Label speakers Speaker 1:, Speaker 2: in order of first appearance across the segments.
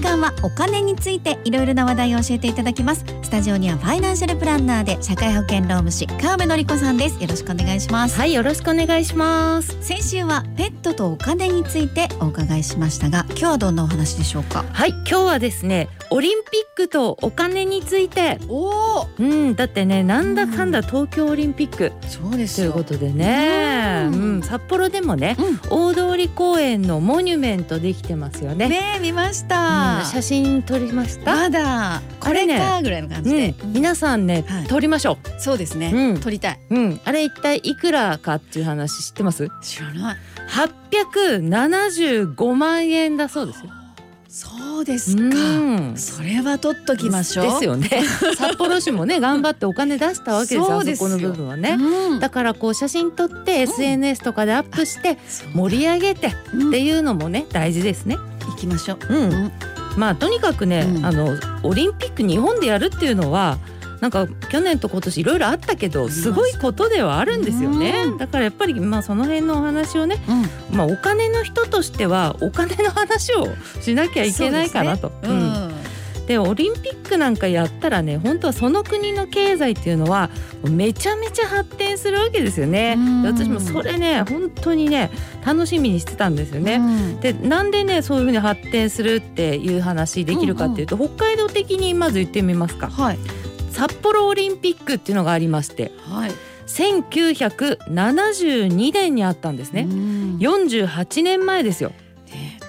Speaker 1: 間はお金についていろいろな話題を教えていただきますスタジオにはファイナンシャルプランナーで社会保険労務士川辺典子さんですよろしくお願いします
Speaker 2: はいよろしくお願いします
Speaker 1: 先週はペットとお金についてお伺いしましたが今日はどんなお話でしょうか
Speaker 2: はい今日はですねオリンピックとお金について
Speaker 1: おお
Speaker 2: うんだってねなんだかんだ東京オリンピック
Speaker 1: そうで
Speaker 2: ということでね
Speaker 1: う
Speaker 2: うんん、札幌でもね
Speaker 1: うん
Speaker 2: 大通公園のモニュメントできてますよね
Speaker 1: ねえ見まし
Speaker 2: う
Speaker 1: た
Speaker 2: ん、写真撮りました、
Speaker 1: まだこ
Speaker 2: あ
Speaker 1: れ
Speaker 2: れね
Speaker 1: かぐらいの感
Speaker 2: う
Speaker 1: じで
Speaker 2: ん、、皆さんね、
Speaker 1: はい
Speaker 2: 撮りましょ
Speaker 1: そうですね、
Speaker 2: うん、
Speaker 1: 撮りたいう
Speaker 2: うん、あれ一体いくらかっていう話知ってます
Speaker 1: 知らない
Speaker 2: 875万円だそうですよ
Speaker 1: そうですか、
Speaker 2: うん
Speaker 1: それは撮っときましょう
Speaker 2: ですよね 札幌市もね頑張ってお金出したわけですよ
Speaker 1: そう
Speaker 2: あ
Speaker 1: で
Speaker 2: そ
Speaker 1: すよ
Speaker 2: この部分は
Speaker 1: ね
Speaker 2: ね、だからこう写真撮って
Speaker 1: うん
Speaker 2: SNS とかでアップして
Speaker 1: そう
Speaker 2: 盛り上げてっ
Speaker 1: うん
Speaker 2: ていうのもね大事ですね
Speaker 1: 行きましょう
Speaker 2: うん、
Speaker 1: うん
Speaker 2: まあとにかくね、
Speaker 1: うん
Speaker 2: あのオリンピック日本でやるっていうのはなんか去年と今年いろいろあったけ
Speaker 1: あり
Speaker 2: ど
Speaker 1: ます
Speaker 2: すごいことではあるんですよね、
Speaker 1: うん
Speaker 2: だからやっぱりまあその辺のお話をね、
Speaker 1: うん
Speaker 2: まあ、お金の人としてはお金の話をしなきゃいけないかなと。
Speaker 1: うん
Speaker 2: うんでオリンピックなんかやったらね本当はその国の経済っていうのはめちゃめちゃ発展するわけですよね
Speaker 1: うん。
Speaker 2: で私もそれね本当にね楽しみにしてたんですよね。
Speaker 1: うん
Speaker 2: でなんでねそういうふうに発展するっていう話できるかっていうと、北海道的にまず言ってみますか
Speaker 1: はい
Speaker 2: 札幌オリンピックっていうのがありまして
Speaker 1: はい
Speaker 2: 1972年にあったんですね、
Speaker 1: うんね
Speaker 2: 48年前ですよ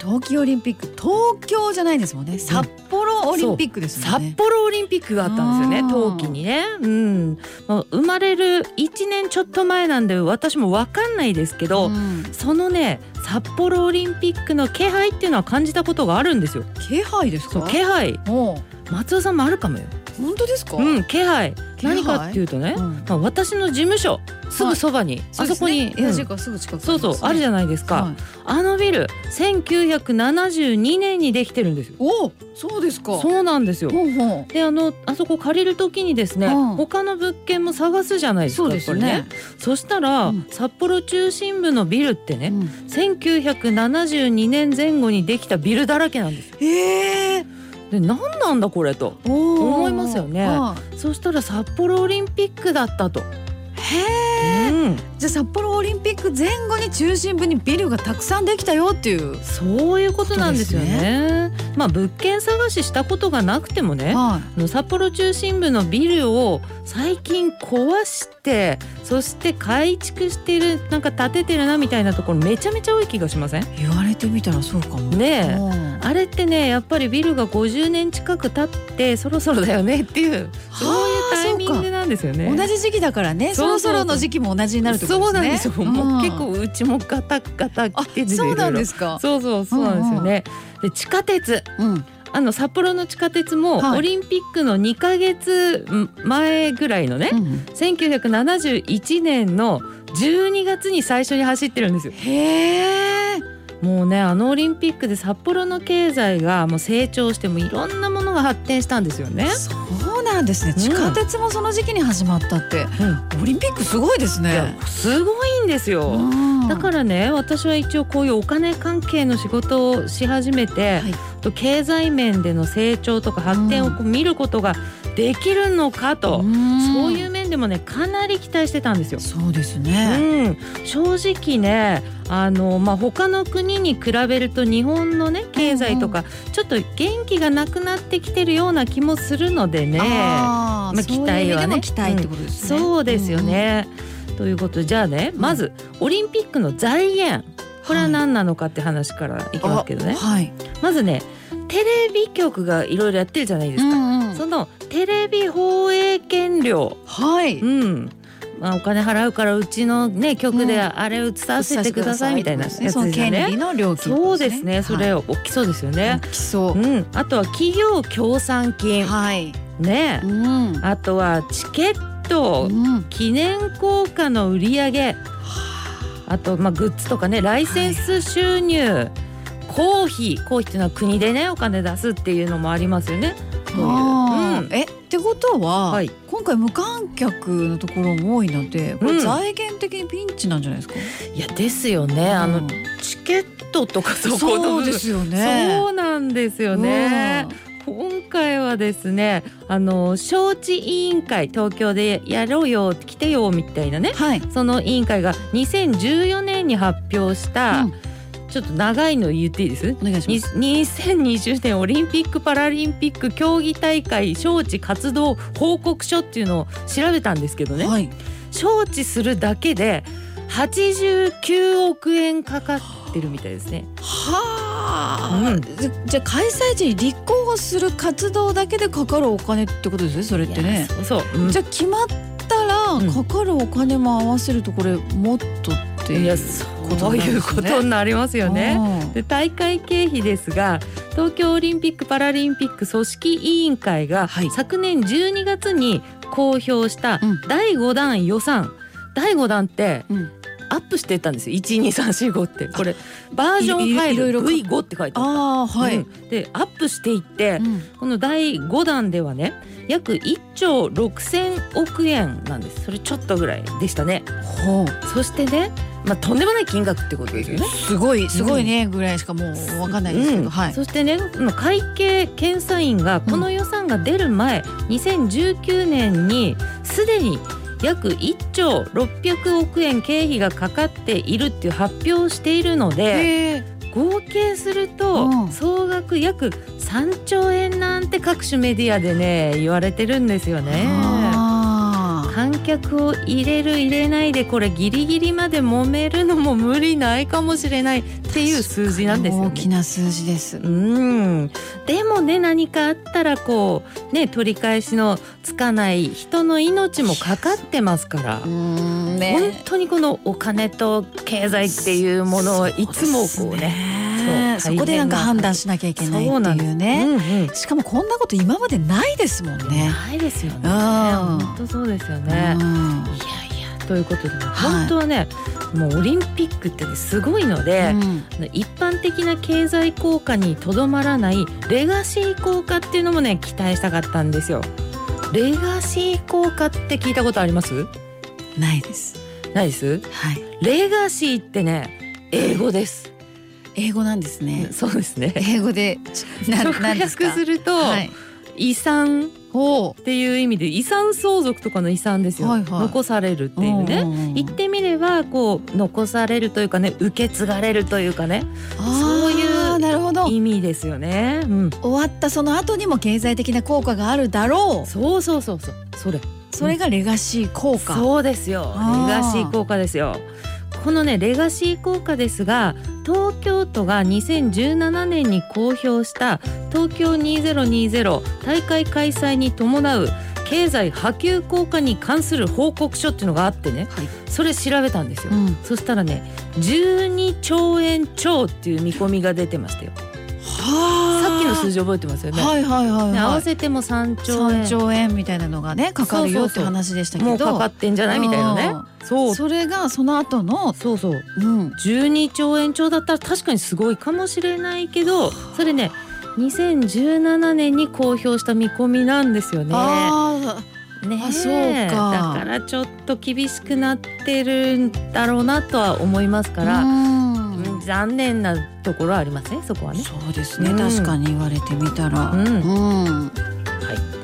Speaker 1: 冬季オリンピック東京じゃないですもんね札幌オリンピックですもん
Speaker 2: 札
Speaker 1: ね
Speaker 2: 幌オリンピックがあったんですよ
Speaker 1: あー
Speaker 2: ね冬季にね、うん、まあ生まれる1年ちょっと前なんで私も分かんないですけ
Speaker 1: う
Speaker 2: ど、
Speaker 1: ん
Speaker 2: そのね札幌オリンピックの気配っていうのは感じたことがあるんですよ
Speaker 1: 気配です
Speaker 2: そう
Speaker 1: か
Speaker 2: 気配
Speaker 1: おう
Speaker 2: 松尾さんもあるかもよ
Speaker 1: 本当ですか
Speaker 2: うん、気配
Speaker 1: 気配
Speaker 2: 何かっていうとね、
Speaker 1: うん
Speaker 2: まあ、私の事務所すぐそばに、あそこに、
Speaker 1: エア
Speaker 2: うん
Speaker 1: ジェすぐ近く
Speaker 2: そうそうあるじ
Speaker 1: ゃないで
Speaker 2: ゃないです
Speaker 1: す
Speaker 2: か、
Speaker 1: ねはい
Speaker 2: あのビル1972年にできてるんですよ
Speaker 1: おうそうですか
Speaker 2: そうなんですよ
Speaker 1: ほうほ
Speaker 2: であのあそこ借りる時にですね、
Speaker 1: うん
Speaker 2: 他の物件も探すじゃないうですか
Speaker 1: そうです
Speaker 2: やっ
Speaker 1: ね
Speaker 2: ぱりそしたら、
Speaker 1: うん
Speaker 2: 札幌中心部のビルってね、
Speaker 1: うん
Speaker 2: 1972年前後にできたビルだらけなんですよ
Speaker 1: へえ
Speaker 2: で何なんだこれと
Speaker 1: 思
Speaker 2: 思いますよねそしたら札幌オリンピックだったと、
Speaker 1: へえ
Speaker 2: うん
Speaker 1: じゃあ札幌オリンピック前後に中心部にビルがたくさんできたよっていう
Speaker 2: そういうことなんですよね。まあ物件探ししたことがなくてもね。
Speaker 1: は
Speaker 2: あの札幌中心部のビルを最近壊してそして改築してるなんか建ててるなみたいなところめちゃめちゃ多い気がしません
Speaker 1: い言われてみたらそうかも
Speaker 2: ねえ
Speaker 1: うん
Speaker 2: あれってねやっぱりビルが50年近く経ってそろそろだよねっていうそういうタイミングなんですよね。
Speaker 1: 同じ時期だからねそ
Speaker 2: そうそうそう
Speaker 1: ろそろの時期も同じになるってこと
Speaker 2: そうなんで
Speaker 1: ですす
Speaker 2: よ、
Speaker 1: ね
Speaker 2: もう結
Speaker 1: ん
Speaker 2: 構うちもガタガタ
Speaker 1: あ
Speaker 2: 来てて
Speaker 1: そうなんですすか
Speaker 2: そうそうそうなんですよね、で地下鉄
Speaker 1: うん
Speaker 2: あの札幌の地下鉄も
Speaker 1: はい
Speaker 2: オリンピックの2ヶ月前ぐらいのね、
Speaker 1: うん
Speaker 2: 1971年の12月に最初に走ってるんですよ
Speaker 1: へえ
Speaker 2: もうねあのオリンピックで札幌の経済がもう成長してもういろんなものが発展したんですよね、
Speaker 1: そうなんですね
Speaker 2: うん
Speaker 1: 地下鉄もその時期に始まったってオリンピックすごいです
Speaker 2: い
Speaker 1: ね
Speaker 2: やすごいんですよ、だかららね私は一応こういうお金関係の仕事をし始め
Speaker 1: は
Speaker 2: て、
Speaker 1: い
Speaker 2: と経済面での成長とか発展をこう見ることができるのかと、そういう面でもねかなり期待してたんですよ。
Speaker 1: そうです
Speaker 2: う
Speaker 1: ね
Speaker 2: ん、正直ねあの、まあ、他の国に比べると日本のね経済とかちょっと元気がなくなってきてるような気もするのでね
Speaker 1: あー
Speaker 2: まあ
Speaker 1: そういう意味でも期
Speaker 2: 期待はね
Speaker 1: 待ってことですね。
Speaker 2: そうですよね。ということでじゃあねまずオリンピックの財
Speaker 1: う
Speaker 2: 源
Speaker 1: ん。
Speaker 2: これは何なのかって話からいきますけどね、
Speaker 1: はい。
Speaker 2: まずねテレビ局がいろいろやってるじゃないですか。
Speaker 1: ん
Speaker 2: そのテレビ放映権料
Speaker 1: は
Speaker 2: う
Speaker 1: い。
Speaker 2: んまあ、お金払うからうちの、ね、局
Speaker 1: うん
Speaker 2: であれ映させてくださいみたいなやつです
Speaker 1: そ
Speaker 2: よ
Speaker 1: の権利
Speaker 2: ね。
Speaker 1: の料金。
Speaker 2: そうですねそれ
Speaker 1: を。
Speaker 2: 大きそうですよ
Speaker 1: 大
Speaker 2: ね。
Speaker 1: きそうう。
Speaker 2: ん、あとは企業協賛金
Speaker 1: はい。
Speaker 2: ね
Speaker 1: うん。
Speaker 2: あとはチケット
Speaker 1: うん
Speaker 2: 記念硬貨の売り上げあとまあグッズとかねライセンス収入公費公費っていうのは国でねお金出すっていうのもありますよね。そういう
Speaker 1: あ
Speaker 2: う
Speaker 1: ー
Speaker 2: ん
Speaker 1: えってことは
Speaker 2: はい
Speaker 1: 今回無観客のところも多いのでこ
Speaker 2: う
Speaker 1: れ
Speaker 2: ん
Speaker 1: 財源的にピンチなんじゃないですか。
Speaker 2: いやですよね、あ
Speaker 1: う
Speaker 2: の
Speaker 1: ん
Speaker 2: チケットとかそこ
Speaker 1: そうですよね。
Speaker 2: そうなんですよね。今回はですねあの招致委員会東京でやろうよ来てよみたいなね
Speaker 1: うん。はい。
Speaker 2: その委員会が2014年に発表した、
Speaker 1: うん
Speaker 2: ちょっと長いの言っていいです
Speaker 1: お願いし
Speaker 2: に
Speaker 1: ます。
Speaker 2: 2020年オリンピック・パラリンピック競技大会招致活動報告書っていうのを調べたんですけどね
Speaker 1: はい。
Speaker 2: 招致するだけで89億円かかってるみたいですね。
Speaker 1: はあ、
Speaker 2: うん
Speaker 1: じじゃあ開催地に立候補する活動だけでかかるお金ってことですねそれって
Speaker 2: い
Speaker 1: ね
Speaker 2: や。そうそう、うん
Speaker 1: じゃあ決まった
Speaker 2: う
Speaker 1: ら
Speaker 2: ん
Speaker 1: かかるお金も合わせるとこれもっとって
Speaker 2: い
Speaker 1: いう
Speaker 2: や
Speaker 1: こ
Speaker 2: そういうことになります
Speaker 1: と
Speaker 2: よね。
Speaker 1: ね。
Speaker 2: で大会経費ですが東京オリンピック・パラリンピック組織委員会が
Speaker 1: はい
Speaker 2: 昨年12月に公表した
Speaker 1: うん
Speaker 2: 第5弾予算、第5弾って
Speaker 1: うん
Speaker 2: アップしてったんですよ1234ってこれバージョン
Speaker 1: いいいろいろか
Speaker 2: 5V5 って書いてあっ
Speaker 1: ああ
Speaker 2: た、
Speaker 1: はい。
Speaker 2: うんでアップしていって、
Speaker 1: うん
Speaker 2: この第5弾ではね約1兆6,000億円なんですそれちょっとぐらいでしたね
Speaker 1: ほう
Speaker 2: そしてね、まあ、とんでもない金額ってことですよね
Speaker 1: すごいすごいねぐらいしかもうわかんないですけど、
Speaker 2: うん
Speaker 1: はい。
Speaker 2: そしてね会計検査院がこの予算が出る前、2019年にすでに約1兆600億円経費がかかっているっていう発表をしているので
Speaker 1: へえ
Speaker 2: 合計する
Speaker 1: う
Speaker 2: と
Speaker 1: ん
Speaker 2: 総額約3兆円なんて各種メディアでね言われてるんですよね。
Speaker 1: あ
Speaker 2: 観客を入れる入れないでこれギリギリまで揉めるのも無理ないかもしれないっていう数字なんです
Speaker 1: ー
Speaker 2: よ
Speaker 1: 大
Speaker 2: ね
Speaker 1: き。な数字です。
Speaker 2: うんでもね何かあったらこうね取り返しのつかない人の命もかかってますから
Speaker 1: うー。ん
Speaker 2: 本
Speaker 1: ね。
Speaker 2: 当にこのお金と経済っていうものをいつもこうね。
Speaker 1: ねそ
Speaker 2: そう
Speaker 1: こでなんか
Speaker 2: 大変
Speaker 1: 判
Speaker 2: な
Speaker 1: 断しなきゃいけない
Speaker 2: そうな
Speaker 1: っ
Speaker 2: ん
Speaker 1: てい
Speaker 2: で
Speaker 1: う
Speaker 2: す
Speaker 1: ね。
Speaker 2: うんうん
Speaker 1: しかもこんなこと今までないですもんね。
Speaker 2: ないですよね。
Speaker 1: うん
Speaker 2: 本当そうですよ
Speaker 1: うん
Speaker 2: ね。いやいやということで、
Speaker 1: い
Speaker 2: 本当はねもうオリンピックってねすごいので。
Speaker 1: うん
Speaker 2: あの一般的な経済効果にとどまらないレガシー効果っていうのもね期待したかったんですよレガシー効果って聞いたことあります
Speaker 1: ないです。
Speaker 2: ないです
Speaker 1: はい。
Speaker 2: レガシーってね英語です
Speaker 1: 英語なんですね。
Speaker 2: そうですね
Speaker 1: 英語 でな
Speaker 2: 直
Speaker 1: なんです
Speaker 2: 訳
Speaker 1: か。
Speaker 2: すると、
Speaker 1: はい。
Speaker 2: 遺産っ
Speaker 1: ほ
Speaker 2: ていう意味で遺産相続とかの遺産ですよ、
Speaker 1: はいはい
Speaker 2: 残されるって
Speaker 1: う。
Speaker 2: いうね
Speaker 1: ん
Speaker 2: 言ってみればこう残されるというかね受け継がれるというかねそういう
Speaker 1: あーなるほど。
Speaker 2: 意味ですよね、うん、
Speaker 1: 終わったその後にも経済的な効果があるだろ
Speaker 2: そうそうそうそうそれ
Speaker 1: う。それがレガシー効果。
Speaker 2: そうですよ
Speaker 1: あー
Speaker 2: レガシー効果ですよこのねレガシー効果ですが東京都が2017年に公表した東京2020大会開催に伴う経済波及効果に関する報告書っていうのがあってね、
Speaker 1: はい
Speaker 2: それ調べたんですよ、
Speaker 1: うん。
Speaker 2: そしたらね12兆円超っていう見込みが出てましたよ
Speaker 1: は
Speaker 2: さっきの数
Speaker 1: 字。
Speaker 2: 字覚えてますよね、
Speaker 1: はいはいはい
Speaker 2: で合
Speaker 1: は
Speaker 2: わ
Speaker 1: い。
Speaker 2: せても3兆円
Speaker 1: 三兆円みたいなのがねかかるよって
Speaker 2: そうそうそう
Speaker 1: 話でしたけど。
Speaker 2: もうかかってんじゃないみたいなねそう
Speaker 1: それがその後の、
Speaker 2: そうそう
Speaker 1: うん、
Speaker 2: 12兆円超だったら確かにすごいかもしれないけどそれね2017年に公表した見込みなんですよね。
Speaker 1: あ
Speaker 2: ねえ
Speaker 1: あそうか
Speaker 2: だからちょっと厳しくなってるんだろうなとは思います
Speaker 1: あ
Speaker 2: から、
Speaker 1: うん
Speaker 2: うん残念なところはありますねそこはね。
Speaker 1: そうですね、
Speaker 2: うん
Speaker 1: 確かに言われてみたら、
Speaker 2: うん
Speaker 1: うん
Speaker 2: は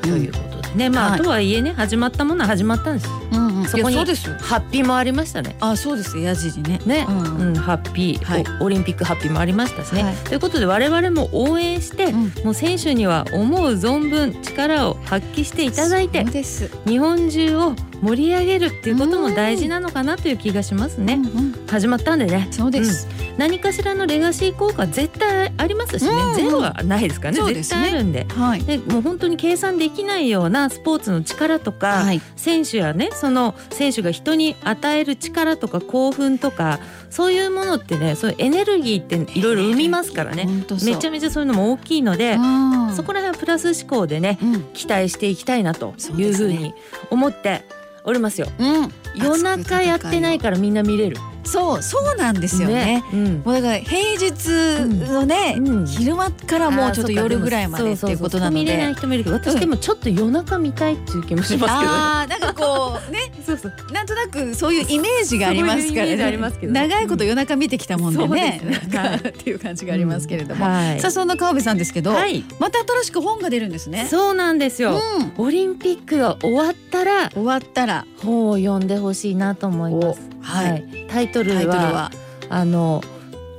Speaker 2: い、ということでね、まあ、
Speaker 1: はい
Speaker 2: とはいえね始まったものは始まったんです
Speaker 1: うんうん、
Speaker 2: そこに
Speaker 1: いやそうですよ
Speaker 2: ハッピーもありましたね。
Speaker 1: あそうですやじりね
Speaker 2: ね、
Speaker 1: う
Speaker 2: うんん、ハッピー、
Speaker 1: はい
Speaker 2: おオリンピックハッピーもありましたしね。
Speaker 1: はい
Speaker 2: ということで我々も応援して、
Speaker 1: ん
Speaker 2: もう選手には思う存分力を発揮していただいて
Speaker 1: そうです、
Speaker 2: 日本中を盛り上げるっていうことも大事なのかなという気がします
Speaker 1: う
Speaker 2: ね
Speaker 1: んうん、
Speaker 2: 始まったんでね
Speaker 1: そうです、
Speaker 2: 何かしらのレガシー効果絶対ありますしね
Speaker 1: うんうん
Speaker 2: ゼロはないですからね
Speaker 1: そうです
Speaker 2: 絶
Speaker 1: ね
Speaker 2: 対あるんで
Speaker 1: はい
Speaker 2: でもう本当に計算できないようなスポーツの力とか、
Speaker 1: はい
Speaker 2: 選手やねその選手が人に与える力とか興奮とかそういうものってねそういうエネルギーっていろいろ生みますからね
Speaker 1: 本当そう
Speaker 2: めちゃめちゃそういうのも大きいので、
Speaker 1: うん
Speaker 2: そこら辺はプラス思考でね
Speaker 1: うん
Speaker 2: 期待していきたいなと
Speaker 1: そう
Speaker 2: い
Speaker 1: で
Speaker 2: うふ
Speaker 1: す
Speaker 2: う
Speaker 1: ね
Speaker 2: に思っておりますよ。
Speaker 1: うん
Speaker 2: 夜中やってないからみんな見れる。
Speaker 1: そうそうなんですよね
Speaker 2: うん
Speaker 1: もうだから平日のね、
Speaker 2: うん
Speaker 1: 昼間からもうちょっと夜ぐらいまでっていうことなの
Speaker 2: そうそうそう見れない
Speaker 1: で
Speaker 2: 人もいるけど私でもちょっと夜中見たいっていう気もしますけどね。
Speaker 1: あーなんかかこうね
Speaker 2: そうそう
Speaker 1: なんとなくそういうイメージがありますから
Speaker 2: そういうイメー
Speaker 1: ね
Speaker 2: ジありますけどね
Speaker 1: 長いこと夜中見てきたもんでね,、
Speaker 2: うんそうですね
Speaker 1: なん
Speaker 2: はい
Speaker 1: かっていう感じがありますけれども、
Speaker 2: はい
Speaker 1: さあそんな川辺さんですけど、
Speaker 2: はい
Speaker 1: また新しく本が出るんですね。
Speaker 2: そうなんですよ、
Speaker 1: うん、
Speaker 2: オリンピックが終わったら
Speaker 1: 終わったら
Speaker 2: 本を読んでほしいなと思います
Speaker 1: おはい
Speaker 2: タイトル
Speaker 1: タイ
Speaker 2: は
Speaker 1: トルは
Speaker 2: あの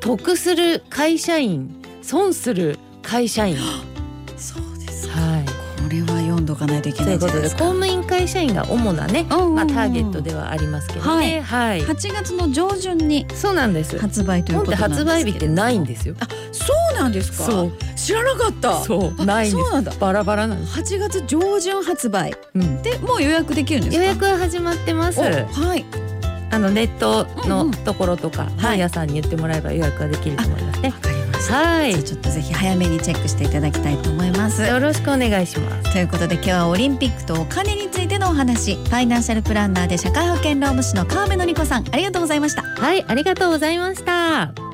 Speaker 2: 得する会社員損する会社員は
Speaker 1: そうですこ
Speaker 2: い
Speaker 1: れは読んどかないといけ
Speaker 2: と
Speaker 1: ないいうじ
Speaker 2: こ
Speaker 1: ゃな
Speaker 2: と
Speaker 1: いで
Speaker 2: で公
Speaker 1: すか。
Speaker 2: 務員会社員が主なね、
Speaker 1: うんうんうん
Speaker 2: まあ、ターゲットではありますけどねはい、
Speaker 1: 8月の上旬に
Speaker 2: そうなんです
Speaker 1: 発売という
Speaker 2: 本
Speaker 1: こと
Speaker 2: って
Speaker 1: なんです
Speaker 2: 発売日ってないんですよ
Speaker 1: そうなんですか。
Speaker 2: そう
Speaker 1: 知らなかった。
Speaker 2: そう
Speaker 1: あ
Speaker 2: ないんで
Speaker 1: そう
Speaker 2: す
Speaker 1: なんだ。
Speaker 2: バラバラなんです、
Speaker 1: 8月上旬発売
Speaker 2: うん、
Speaker 1: でもう予約できるんです
Speaker 2: 予
Speaker 1: か。
Speaker 2: 約は始まってます
Speaker 1: おはい。
Speaker 2: あのネット
Speaker 1: うんう
Speaker 2: の
Speaker 1: ん
Speaker 2: ところとか、本屋さんに言ってもらえば予約ができると思いますね
Speaker 1: わかりました。
Speaker 2: はい
Speaker 1: じゃあ
Speaker 2: よ
Speaker 1: ちょっとぜひ早めにチェックしていただきたいと思います。
Speaker 2: ろしくお願いします
Speaker 1: ということで今日はオリンピックとお金についてのお話ファイナンシャルプランナーで社会保険労務士の川辺典子さんありがとうございました。
Speaker 2: はいありがとうございました